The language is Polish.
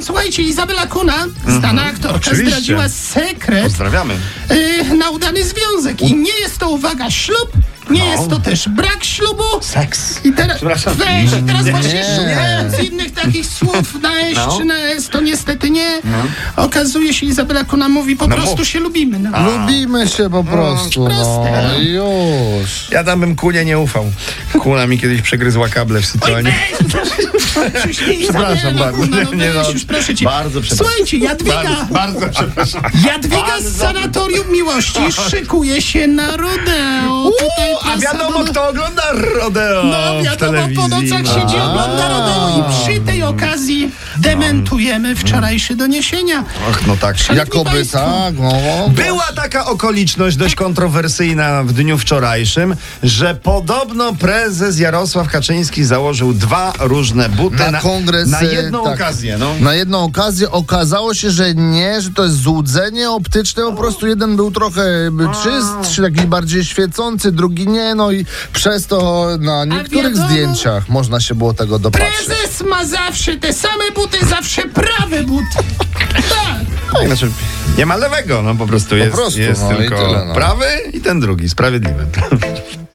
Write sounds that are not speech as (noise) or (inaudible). Słuchajcie, Izabela Kuna, znana aktorka, Mhm. oczywiście. zdradziła sekret Pozdrawiamy. y, na udany związek. I nie jest to, uwaga, ślub, nie jest to też brak ślubu. No. Seks. I teraz, Przepraszam. weź, i teraz Nie. właśnie szukając innych takich słów na S No. czy na S, to niestety nie. Okazuje się, Izabela Kuna mówi, po No prostu mów. się lubimy. No. Lubimy się po prostu. No, Mm, proste. już. Ja tam bym kunie nie ufał. Kuna mi kiedyś przegryzła kable w sytuacji. (laughs) Przepraszam bardzo. Nie, Nie, nie, no, no. weź, już proszę cię. Bardzo przepraszam. Słuchajcie, Jadwiga, Bardzo, bardzo przepraszam. Jadwiga z Sanatorium Miłości szykuje się na rodeo. Tutaj Tak. prasa A wiadomo, doma- kto ogląda rodeo No w wiadomo, telewizji. po nocach no. siedzi, ogląda rodeo i przy tej okazji dementujemy wczorajsze doniesienia. Ach, no tak. Szanowni Jakoby państwo, tak, no. Była taka okoliczność dość kontrowersyjna w dniu wczorajszym, że podobno prezes Jarosław Kaczyński założył dwa różne buty Na kongres. na e, jedną tak. okazję. No. Na jedną okazję okazało się, że nie, że to jest złudzenie optyczne. Po prostu jeden był trochę e, Mm. czystszy, taki bardziej świecący, drugi nie. No i przez to na niektórych wiadomo- zdjęciach można się było tego dopatrzeć. Prezes ma zawsze te same buty, zawsze prawy but. (laughs) Tak. Znaczy, nie ma lewego, no po prostu jest, prostu, jest no i tylko tyle, no. prawy i ten drugi, sprawiedliwy. (laughs)